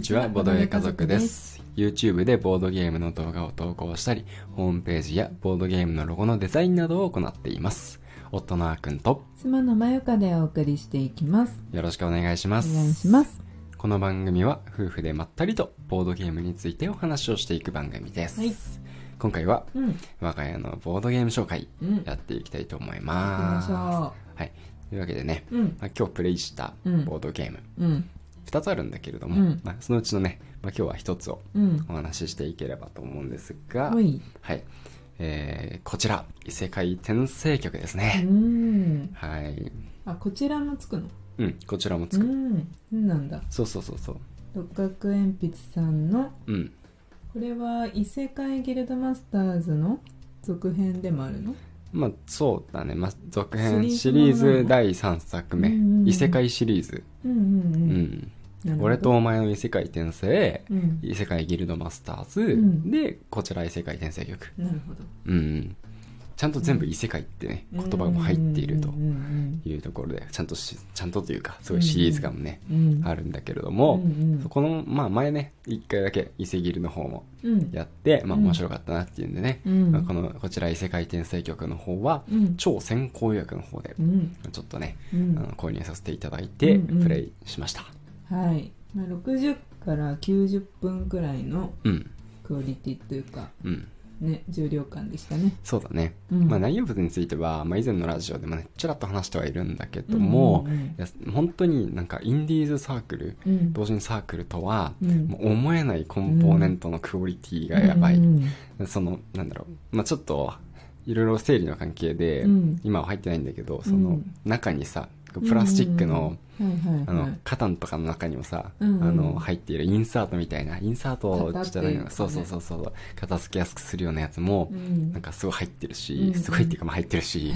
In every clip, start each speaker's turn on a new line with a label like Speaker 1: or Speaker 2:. Speaker 1: ちは、ボードゲー家族です。YouTube でボードゲームの動画を投稿したり、ホームページやボードゲームのロゴのデザインなどを行っています。夫のあーくんと、
Speaker 2: 妻のまよかでお送りしていきます。
Speaker 1: よろしくお願いしま
Speaker 2: お
Speaker 1: す。
Speaker 2: 願いします。
Speaker 1: この番組は、夫婦でまったりとボードゲームについてお話をしていく番組です。
Speaker 2: はい
Speaker 1: 今回は、
Speaker 2: うん、
Speaker 1: 我が家のボードゲーム紹介、
Speaker 2: うん、
Speaker 1: やっていきたいと思い
Speaker 2: 行
Speaker 1: ま
Speaker 2: き
Speaker 1: す。
Speaker 2: ま
Speaker 1: はい。というわけでね、
Speaker 2: しょう。うん、
Speaker 1: まあ、今日プレイした
Speaker 2: うん
Speaker 1: ボードゲーム、
Speaker 2: うん、
Speaker 1: 2つあるんだけれども、
Speaker 2: うん
Speaker 1: まあ、そのうちのね、まあ、今日は1つを
Speaker 2: うん。
Speaker 1: お話ししていければと思うんですが、
Speaker 2: ほい。
Speaker 1: はい。えー、こちら、異世界転生曲です
Speaker 2: う
Speaker 1: ね。
Speaker 2: ん。
Speaker 1: はい。
Speaker 2: あ、こちらもつくの。
Speaker 1: うん、こちらもつ
Speaker 2: う
Speaker 1: く。
Speaker 2: ん、そうなんだ。
Speaker 1: そうそうそうそう。
Speaker 2: 六角鉛筆さんの、
Speaker 1: うん。
Speaker 2: これは異世界ギルドマスターズの続編でもあるの
Speaker 1: まあ、そうだね。まあ、続編シ
Speaker 2: シ
Speaker 1: リ
Speaker 2: リ
Speaker 1: ー
Speaker 2: ーズ
Speaker 1: ズ第3作目。
Speaker 2: うんうんうん
Speaker 1: 異世界シリーズ。
Speaker 2: うん
Speaker 1: う
Speaker 2: うんうん
Speaker 1: ん。
Speaker 2: なるほど。
Speaker 1: 俺とお前の異世界転生、
Speaker 2: うん、
Speaker 1: 異世界ギルドマスターズ、
Speaker 2: ん
Speaker 1: で、こちら異世界転生曲。
Speaker 2: なるほど。
Speaker 1: うん。ちゃんと全部異世界ってね、言葉も入っていると
Speaker 2: うんうん
Speaker 1: いうところで、ちゃんとし、ちゃんとというか、すごいシリーズ感もね、
Speaker 2: うんうん。
Speaker 1: あるんだけれども、
Speaker 2: うんうん
Speaker 1: そこの、まあ前ね、一回だけ伊勢ギルの方も
Speaker 2: うん。
Speaker 1: やって、まあ
Speaker 2: うん
Speaker 1: 面白かったなっていうんでね、
Speaker 2: うん
Speaker 1: まあこの、こちら異世界転生曲の方は、
Speaker 2: うん。
Speaker 1: 超先行予約の方で
Speaker 2: う、ん。
Speaker 1: ちょっとね、
Speaker 2: うん
Speaker 1: あの購入させていただいて、
Speaker 2: うんうん
Speaker 1: プレイしました。
Speaker 2: はい、まあ、60から90分くらいの
Speaker 1: うん、
Speaker 2: クオリティというか
Speaker 1: うん。
Speaker 2: ね重量感でしたね
Speaker 1: そうだね。
Speaker 2: うん
Speaker 1: まあ内容物については、まあ以前のラジオでもね、ちらっと話してはいるんだけども、
Speaker 2: うんうんうん
Speaker 1: いや本当になんかインディーズサークル、
Speaker 2: うん
Speaker 1: 同人サークルとは、
Speaker 2: うん
Speaker 1: もう思えないコンポーネントのクオリティがやばい。そのなんだろう、まあ、ちょっといろいろ整理の関係で、
Speaker 2: うん
Speaker 1: 今は入ってないんだけどそうの
Speaker 2: ん
Speaker 1: 中にさプラスチックの,、、
Speaker 2: うんうんうんはいはいはい、
Speaker 1: あのカタンとかの中にもさ、
Speaker 2: うんうん
Speaker 1: あの入っているインサートみたいなインサートじゃないの、
Speaker 2: 型っていうかね
Speaker 1: そうそうそうそう片付けやすくするようなやつも、
Speaker 2: うん
Speaker 1: なんかすごい入ってるし、
Speaker 2: うん
Speaker 1: すごいっていうかまあ入ってる し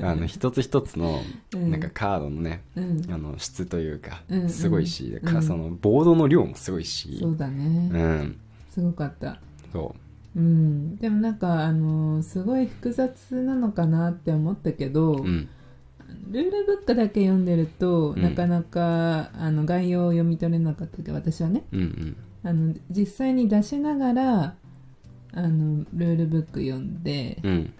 Speaker 1: あの一つ一つの
Speaker 2: うん
Speaker 1: なんかカードのね、
Speaker 2: うん、
Speaker 1: あの質というか
Speaker 2: うんうん
Speaker 1: すごいし、
Speaker 2: う
Speaker 1: か
Speaker 2: ん
Speaker 1: そのボードの量もすごいし
Speaker 2: そうだね、
Speaker 1: うん
Speaker 2: すごかった
Speaker 1: そ
Speaker 2: うん、でもなんかあのすごい複雑なのかなって思ったけど、
Speaker 1: ううん
Speaker 2: ルールブックだけ読んでると、
Speaker 1: うん
Speaker 2: なかなかあの概要を読み取れなかったけど私はね
Speaker 1: うんうん
Speaker 2: あの実際に出しながらあのルールブック読んで、
Speaker 1: うん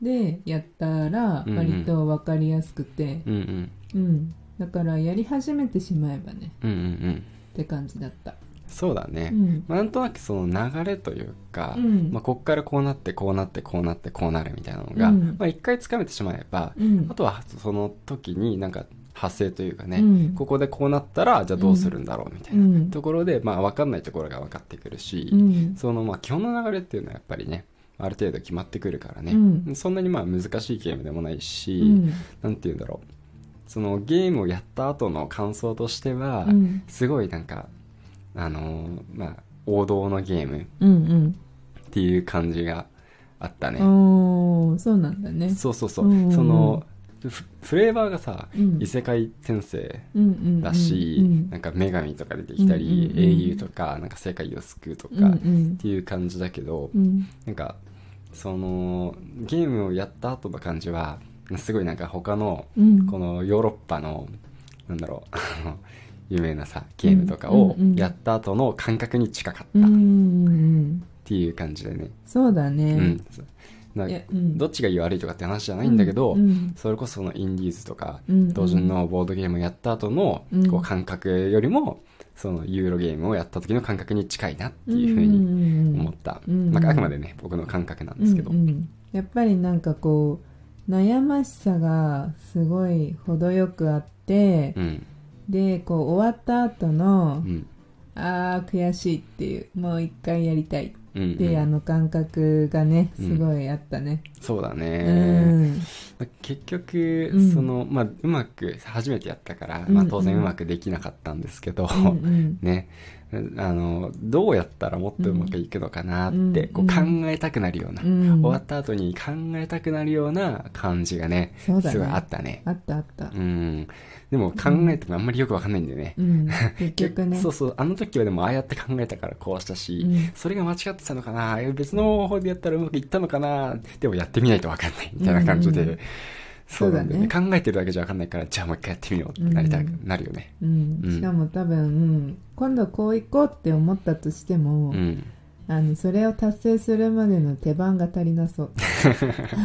Speaker 2: でやったら
Speaker 1: うんうん
Speaker 2: 割と分かりやすくて、
Speaker 1: うんうん
Speaker 2: うんだからやり始めてしまえばね
Speaker 1: うんうんうん
Speaker 2: って感じだった、
Speaker 1: そうだね、
Speaker 2: うん
Speaker 1: まあ、なんとなくその流れというか、
Speaker 2: うん
Speaker 1: まあ、こっからこうなってこうなってこうなってこうなるみたいなのが、
Speaker 2: うん
Speaker 1: まあ、一回つかめてしまえば、
Speaker 2: うん
Speaker 1: あとはその時になんか発生というかね、
Speaker 2: うん
Speaker 1: ここでこうなったらじゃあどうするんだろうみたい
Speaker 2: うん
Speaker 1: なところで、まあ、分かんないところが分かってくるし、
Speaker 2: うん
Speaker 1: そのまあ基本の流れっていうのはやっぱりねある程度決まってくるからね、
Speaker 2: うん
Speaker 1: そんなにまあ難しいゲームでもないし、
Speaker 2: うん
Speaker 1: なんて言うんだろうそのゲームをやった後の感想としては、
Speaker 2: うん
Speaker 1: すごいなんかあのーまあ王道のゲームっ
Speaker 2: うん
Speaker 1: ていう感じがあった
Speaker 2: う
Speaker 1: ね、
Speaker 2: んおーそうなんだね
Speaker 1: そうそうそう、
Speaker 2: うんうんうん
Speaker 1: そのフフレーバーがさ、
Speaker 2: うん
Speaker 1: 異世界転生
Speaker 2: うんうん
Speaker 1: だし、
Speaker 2: うん
Speaker 1: なんか女神とか出てきたり、
Speaker 2: うんうんうん
Speaker 1: 英雄とかなんか世界を救うとか、
Speaker 2: うん
Speaker 1: っ
Speaker 2: うん
Speaker 1: ていう感じだけど、
Speaker 2: うん
Speaker 1: なんかそのゲームをやった後の感じはすごいなんか他の
Speaker 2: うん
Speaker 1: このヨーロッパのなんだろう あの有名なさゲームとかを
Speaker 2: うんうんうん
Speaker 1: やった後の感覚に近か
Speaker 2: う
Speaker 1: っ
Speaker 2: ん
Speaker 1: た
Speaker 2: う
Speaker 1: っ
Speaker 2: んうん
Speaker 1: ていう感じでね、
Speaker 2: そうだ
Speaker 1: う
Speaker 2: ね、
Speaker 1: んそうない
Speaker 2: やうん
Speaker 1: どっちがいい悪いとかって話じゃないんだけど、
Speaker 2: うん
Speaker 1: それこそそのインディーズとか、
Speaker 2: うんうん
Speaker 1: 同人のボードゲームやった後の
Speaker 2: うん
Speaker 1: こう感覚よりもそのユーロゲームをやった時の感覚に近いなっていうふう
Speaker 2: うん
Speaker 1: に
Speaker 2: うんうん
Speaker 1: 思った、
Speaker 2: うん
Speaker 1: まあ、あくまでね僕の感覚なんですけど、
Speaker 2: うんうんやっぱりなんかこう悩ましさがすごい程よくあって、
Speaker 1: うん
Speaker 2: でこう終わった後の、
Speaker 1: うん
Speaker 2: あー悔しいっていうもう一回やりたいっ
Speaker 1: うんうん
Speaker 2: ていうあの感覚がね
Speaker 1: うん
Speaker 2: すごいあったね、
Speaker 1: そうだ
Speaker 2: うん
Speaker 1: ね、まあ結局、
Speaker 2: うん
Speaker 1: そのまあうまく初めてやったから、
Speaker 2: うん
Speaker 1: まあ、当然うまくできなかったんですけど、
Speaker 2: うんうん
Speaker 1: ねあのどうやったらもっとうまくいくのかなって、
Speaker 2: う
Speaker 1: こう
Speaker 2: ん
Speaker 1: 考えたくなるような、
Speaker 2: うん
Speaker 1: 終わった後に考えたくなるような感じがね
Speaker 2: そうだね
Speaker 1: すごいあったね
Speaker 2: あったあった
Speaker 1: うんでも考えてもあんまりよくわかんないんだよね、
Speaker 2: うん、結局ね
Speaker 1: そうそうあの時はでもああやって考えたからこうしたし、
Speaker 2: うん
Speaker 1: それが間違ってたのかな別の方法でやったらうまくいったのかなでもやってみないとわかんないみたいな感じで、
Speaker 2: うんうん
Speaker 1: そうなんだよね。
Speaker 2: そ
Speaker 1: 考えてるだけじゃわかんないから、じゃあもう一回やってみようってなりたくなるよね。
Speaker 2: うん
Speaker 1: うん
Speaker 2: しかも多分今度こう行こうって思ったとしても、
Speaker 1: うん。
Speaker 2: あのそれを達成するまでの手番が足りなそう、
Speaker 1: 手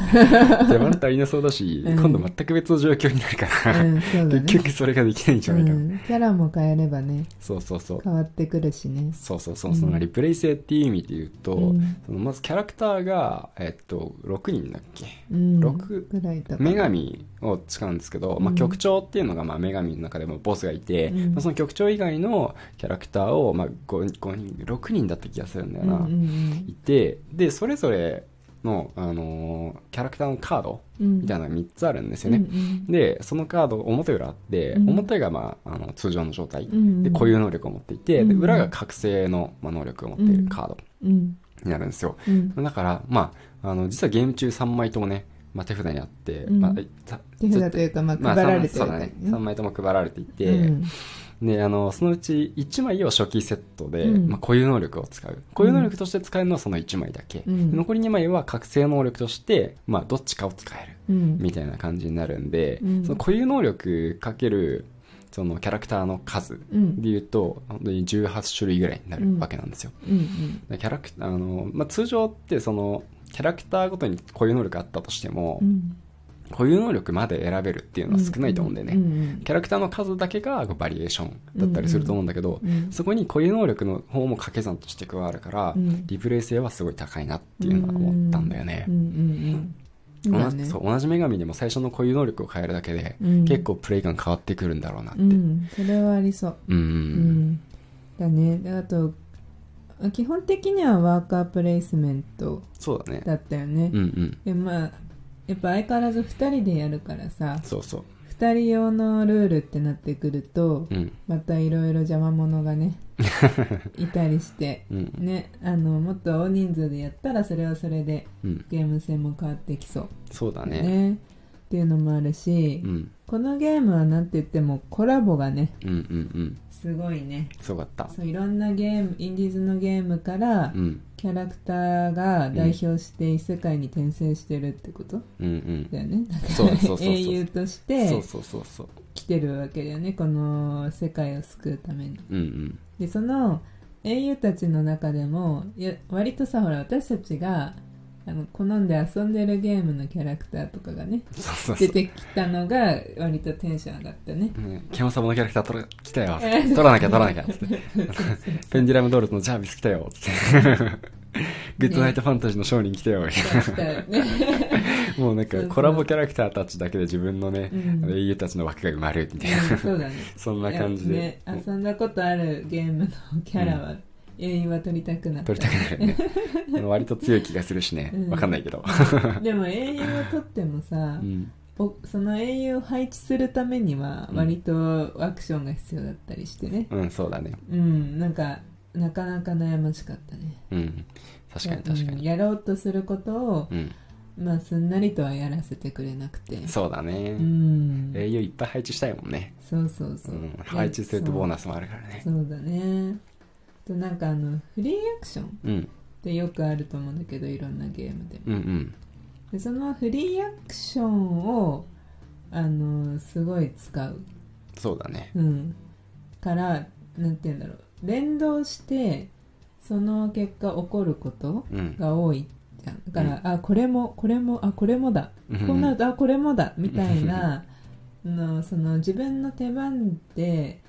Speaker 1: 間足りなそうだし、
Speaker 2: うん
Speaker 1: 今度全く別の状況になるか
Speaker 2: う
Speaker 1: ら、
Speaker 2: ん、そうだね
Speaker 1: 結局それができないんじゃないかな。
Speaker 2: うん、キャラも変えればね
Speaker 1: そうそうそう。
Speaker 2: 変わってくるしね
Speaker 1: そうそうそう、そのリプレイ性っていう意味で言うと、
Speaker 2: うん
Speaker 1: そのまずキャラクターが、えっと、6人だっけ
Speaker 2: うん
Speaker 1: 六
Speaker 2: ぐらいとか
Speaker 1: 女神を使うんですけど、ま
Speaker 2: う
Speaker 1: あ、
Speaker 2: ん
Speaker 1: 局長っていうのがまあ女神の中でもボスがいて、
Speaker 2: うん
Speaker 1: まあその局長以外のキャラクターをまあ 5, 5人6人だった気がするんだよ
Speaker 2: うん
Speaker 1: な、
Speaker 2: うん
Speaker 1: いてでそれぞれの、あのーキャラクターのカード
Speaker 2: うん、
Speaker 1: みたいなのが3つあるんですよ
Speaker 2: うん
Speaker 1: ね、
Speaker 2: うん
Speaker 1: でそのカード表裏あって、
Speaker 2: うん
Speaker 1: 表が、まあ、あの通常の状態、
Speaker 2: うん
Speaker 1: で固有能力を持っていて、で
Speaker 2: うん
Speaker 1: 裏が覚醒の、まあ、能力を持っているカード
Speaker 2: うん
Speaker 1: になるんですよ、
Speaker 2: うん
Speaker 1: だから、まあ、あの実はゲーム中3枚ともね、まあ、手札にあって、
Speaker 2: うん
Speaker 1: まあ、た
Speaker 2: 手札というか、まあ、
Speaker 1: まあ、
Speaker 2: 配られてる
Speaker 1: そうだね3枚とも配られていて、
Speaker 2: うん
Speaker 1: であのそのうち1枚を初期セットで、
Speaker 2: うん
Speaker 1: まあ、固有能力を使う固有能力として使えるのはその1枚だけ、
Speaker 2: うん
Speaker 1: 残り2枚は覚醒能力として、まあ、どっちかを使える
Speaker 2: うん
Speaker 1: みたいな感じになるんで、
Speaker 2: うん
Speaker 1: その固有能力かけるそのキャラクターの数
Speaker 2: うん
Speaker 1: でいうと本当に18種類ぐらいになるわけなんですよ、
Speaker 2: うん
Speaker 1: でキャラクターあの、まあ、通常ってそのキャラクターごとに固有能力あったとしても、
Speaker 2: うん
Speaker 1: 固有能力まで選べるっていうのは少ないと思うんだよね、
Speaker 2: うんうん
Speaker 1: キャラクターの数だけがこうバリエーションだったりすると思うんだけど、
Speaker 2: うん
Speaker 1: そこに固有能力の方も掛け算として加わるから、
Speaker 2: うん
Speaker 1: リプレイ性はすごい高いなっていうのは思ったんだよね
Speaker 2: うん。うんうんうん
Speaker 1: 同じそう同じ女神でも最初の固有能力を変えるだけで、
Speaker 2: うん
Speaker 1: 結構プレイ感変わってくるんだろうなって。
Speaker 2: う
Speaker 1: うん
Speaker 2: んそれはありそう
Speaker 1: う
Speaker 2: うんんだねであと基本的にはワーカープレイスメント
Speaker 1: そうだね。
Speaker 2: だったよね
Speaker 1: うんうん。
Speaker 2: でまあやっぱ相変わらず2人でやるからさ
Speaker 1: そうそう。
Speaker 2: 2人用のルールってなってくると
Speaker 1: うん。
Speaker 2: またいろいろ邪魔者が ねいたりして
Speaker 1: うん。
Speaker 2: ねあのもっと大人数でやったらそれはそれで
Speaker 1: うん。
Speaker 2: ゲーム性も変わってきそう
Speaker 1: そうだね。
Speaker 2: っていうのもあるし、
Speaker 1: うん。
Speaker 2: このゲームはなんて言ってもコラボがね
Speaker 1: うんうんうん。
Speaker 2: すごいね
Speaker 1: すごかった。
Speaker 2: そういろんなゲームインディーズのゲームから
Speaker 1: うん。
Speaker 2: キャラクターが代表して異世界に転生してるってこと
Speaker 1: うんうん。
Speaker 2: だよねだ
Speaker 1: そう
Speaker 2: か
Speaker 1: そうそう
Speaker 2: ら
Speaker 1: そう
Speaker 2: 英雄とし
Speaker 1: そう
Speaker 2: て
Speaker 1: そうそうそう。
Speaker 2: 来てるわけだよねこの世界を救うために
Speaker 1: うん
Speaker 2: でその英雄たちの中でもいや割とさほら私たちがあの好んで遊んでるゲームのキャラクターとかがね
Speaker 1: うん。そうそうそ
Speaker 2: 出
Speaker 1: う。
Speaker 2: てきたのが割とテンション上がったね。
Speaker 1: ね、ケモサボのキャラクター取ら来たよ。 取らなきゃ取らなきゃ。つって。ペンディラムドールズのジャービス来たよ。 つって。グッドナイトファンタジーの商人来たよ。
Speaker 2: 来た よね
Speaker 1: もうなん
Speaker 2: そ
Speaker 1: か
Speaker 2: うそう
Speaker 1: コラボキャラクターたちだけで自分のね、
Speaker 2: うん
Speaker 1: あの英雄たちの枠が埋まるみたいな、
Speaker 2: うんそうだね。
Speaker 1: そんな感じ
Speaker 2: いや
Speaker 1: で
Speaker 2: ね、遊んだことあるゲームのキャラは、英雄は取りたくなっ
Speaker 1: 撮
Speaker 2: た。
Speaker 1: りたくなるよね。あの割と強い気がするしね
Speaker 2: う。ん
Speaker 1: わかんないけど。
Speaker 2: でも英雄を取ってもさ
Speaker 1: う、ん。
Speaker 2: おその英雄を配置するためには
Speaker 1: うん
Speaker 2: 割とアクションが必要だったりしてね。
Speaker 1: うん、そうだね。
Speaker 2: うん、なんか、なかなか悩ましかったね。
Speaker 1: うん。確かに確か
Speaker 2: うん
Speaker 1: に。
Speaker 2: やろうとすることを、
Speaker 1: うん。
Speaker 2: まあ、すんなりとはやらせてくれなくて。
Speaker 1: そうだ
Speaker 2: う
Speaker 1: ね。
Speaker 2: ん。
Speaker 1: 英雄いっぱい配置したいもんね。
Speaker 2: そうそうそうう。
Speaker 1: ん。配置するとボーナスもあるからね。
Speaker 2: そうだねとなんかあのフリーアクションっ
Speaker 1: うん。
Speaker 2: てよくあると思うんだけどいろんなゲームでも
Speaker 1: うんうん。
Speaker 2: でそのフリーアクションをあのすごい使う、
Speaker 1: そうだね。
Speaker 2: うん、からなんて言うんだろう連動してその結果起こること
Speaker 1: うん。
Speaker 2: が多いじゃんだから、あこれもこれもあこれもだこうなるとあこれもだみたいなのその自分の手番で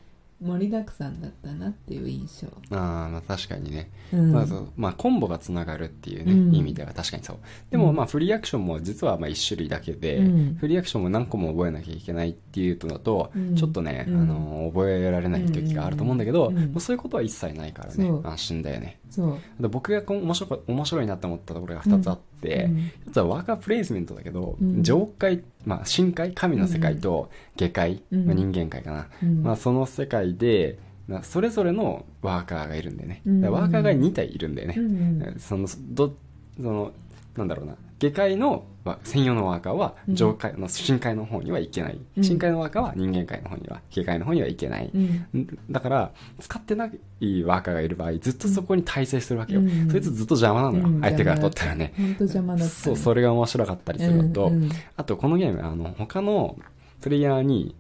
Speaker 2: 盛りだくさんだったなっていう印象。
Speaker 1: ああまあ確かにね、
Speaker 2: うん
Speaker 1: まあそうまあ、コンボがつながるっていう、ね
Speaker 2: うん
Speaker 1: 意味では確かにそうでもまあフリーアクションも実はまあ1種類だけで、
Speaker 2: うん
Speaker 1: フリーアクションも何個も覚えなきゃいけないっていうとだと、
Speaker 2: うん
Speaker 1: ちょっとね、
Speaker 2: うん
Speaker 1: あの覚えられない時があると思うんだけど、
Speaker 2: うん
Speaker 1: もうそういうことは一切ないからね
Speaker 2: そう
Speaker 1: 安心だよね
Speaker 2: そう、
Speaker 1: あと僕がこう面白い面白いなと思ったところが2つあって、
Speaker 2: うん
Speaker 1: 一つはワーカープレイスメントだけど、
Speaker 2: うん
Speaker 1: 上界、まあ、深界神の世界と下界、
Speaker 2: うん
Speaker 1: まあ、人間界かな、
Speaker 2: うん
Speaker 1: まあ、その世界でなそれぞれのワーカーがいるんだよね、
Speaker 2: うん
Speaker 1: だからワーカーが2体いるんだよね
Speaker 2: う、ん
Speaker 1: そのどそのなんだろうな下界のわ専用のワーカーは
Speaker 2: うん
Speaker 1: 上界の深海の方には行けない、
Speaker 2: うん
Speaker 1: 深海のワーカーは人間界の方には下界の方には行けない、
Speaker 2: うん
Speaker 1: んだから使ってないワーカーがいる場合ずっとそこに耐性するわけよ、
Speaker 2: うん
Speaker 1: そいつずっと邪魔なのよ、
Speaker 2: うん
Speaker 1: 相手から取ったらね、
Speaker 2: ほんと邪魔だった、ね、
Speaker 1: そうそれが面白かったりするのと、あとこのゲームあの他のプレイヤーに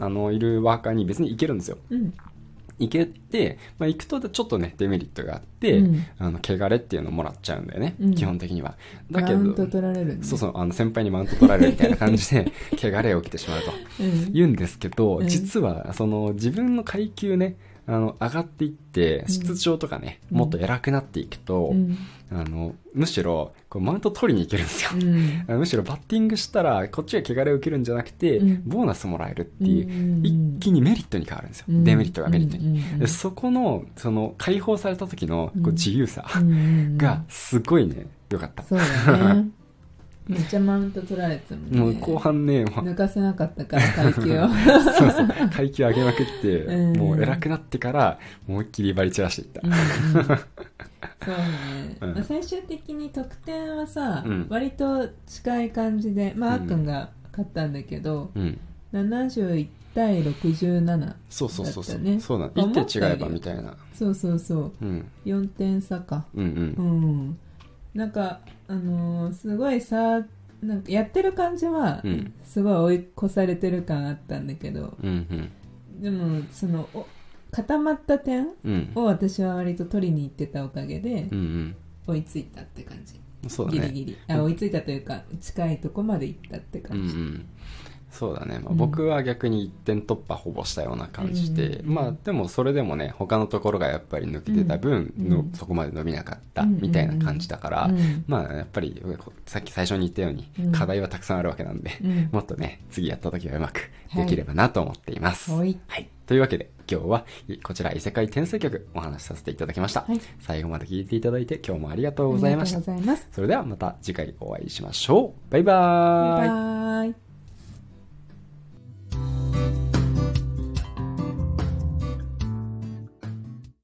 Speaker 1: あのいるワーカーに別に行けるんですよ
Speaker 2: うんうん
Speaker 1: 行けて、まあ、行くとちょっとねデメリットがあって、
Speaker 2: うん
Speaker 1: あの汚れっていうのをもらっちゃうんだよね、
Speaker 2: うん
Speaker 1: 基本的にはだ
Speaker 2: マ
Speaker 1: け
Speaker 2: ウン
Speaker 1: ど
Speaker 2: ト取られるね
Speaker 1: そうそうあの先輩にマウント取られるみたいな感じで 汚れが起きてしまうと
Speaker 2: うん
Speaker 1: 言うんですけど、
Speaker 2: うん
Speaker 1: 実はその自分の階級ねあの上がっていって
Speaker 2: ん
Speaker 1: 室長とかね、
Speaker 2: うん
Speaker 1: もっと偉くなっていくと、
Speaker 2: うん
Speaker 1: あのむしろこうマウント取りに行けるんですよ、
Speaker 2: うん
Speaker 1: むしろバッティングしたらこっちが汚れを受けるんじゃなくて、
Speaker 2: うん
Speaker 1: ボーナスもらえるっていう、
Speaker 2: うん
Speaker 1: 一気にメリットに変わるんですよ、
Speaker 2: うん
Speaker 1: デメリットがメリットに、
Speaker 2: うんうんうん
Speaker 1: でそこのその解放された時のこ
Speaker 2: う
Speaker 1: うん自由さ
Speaker 2: うんうんうん
Speaker 1: がすごいね良かった、
Speaker 2: そう だねめっちゃマウント取られてたもんね
Speaker 1: もう後半ねもう
Speaker 2: 抜かせなかったから階 級を
Speaker 1: そうそう階級上げまくって、
Speaker 2: うん
Speaker 1: もう偉くなってから思いっきり威張り散らしていった、
Speaker 2: うんうんそうね、
Speaker 1: うん
Speaker 2: まあ、最終的に得点はさ、
Speaker 1: うん
Speaker 2: 割と近い感じで、まあ、あ
Speaker 1: うん
Speaker 2: っくんが勝ったんだけど、
Speaker 1: うん
Speaker 2: 71対67
Speaker 1: そうそうそうそ
Speaker 2: だ
Speaker 1: う、
Speaker 2: ったね
Speaker 1: そうなの
Speaker 2: 思ったより
Speaker 1: 1点違えばみたいな、
Speaker 2: そうそうそう
Speaker 1: うん、
Speaker 2: 4点差か
Speaker 1: うんうん
Speaker 2: うんなんかあのーすごいさなんかやってる感じは
Speaker 1: うんうん
Speaker 2: すごい追い越されてる感あったんだけど
Speaker 1: うん
Speaker 2: でもそのお固まった点
Speaker 1: うん
Speaker 2: を私は割と取りに行ってたおかげで
Speaker 1: うんうん
Speaker 2: 追いついたって感じ、
Speaker 1: そうだね
Speaker 2: ギリギリあ追いついたというか近いとこまで行ったって
Speaker 1: うんう
Speaker 2: 感じ、
Speaker 1: ん、そうだね、まあ、
Speaker 2: うん
Speaker 1: 僕は逆に1点突破ほぼしたような感じで、
Speaker 2: うん
Speaker 1: まあでもそれでもね他のところがやっぱり抜けてた分
Speaker 2: うん
Speaker 1: の、
Speaker 2: うん
Speaker 1: そこまで伸びなかった
Speaker 2: うん
Speaker 1: みたいな感じだから、
Speaker 2: う ん
Speaker 1: まあやっぱりこうさっき最初に言ったように
Speaker 2: うん
Speaker 1: 課題はたくさんあるわけなんで、
Speaker 2: うん
Speaker 1: もっとね次やった時はうまく
Speaker 2: はい
Speaker 1: できればなと思っています。
Speaker 2: はい
Speaker 1: というわけで今日はいこちら異世界転生曲お話しさせていただきました、
Speaker 2: はい
Speaker 1: 最後まで聞いていただいて今日もありがと
Speaker 2: あ
Speaker 1: うございました
Speaker 2: りがとうございます
Speaker 1: それではまた次回お会いしましょうバイバーイ
Speaker 2: バイバイ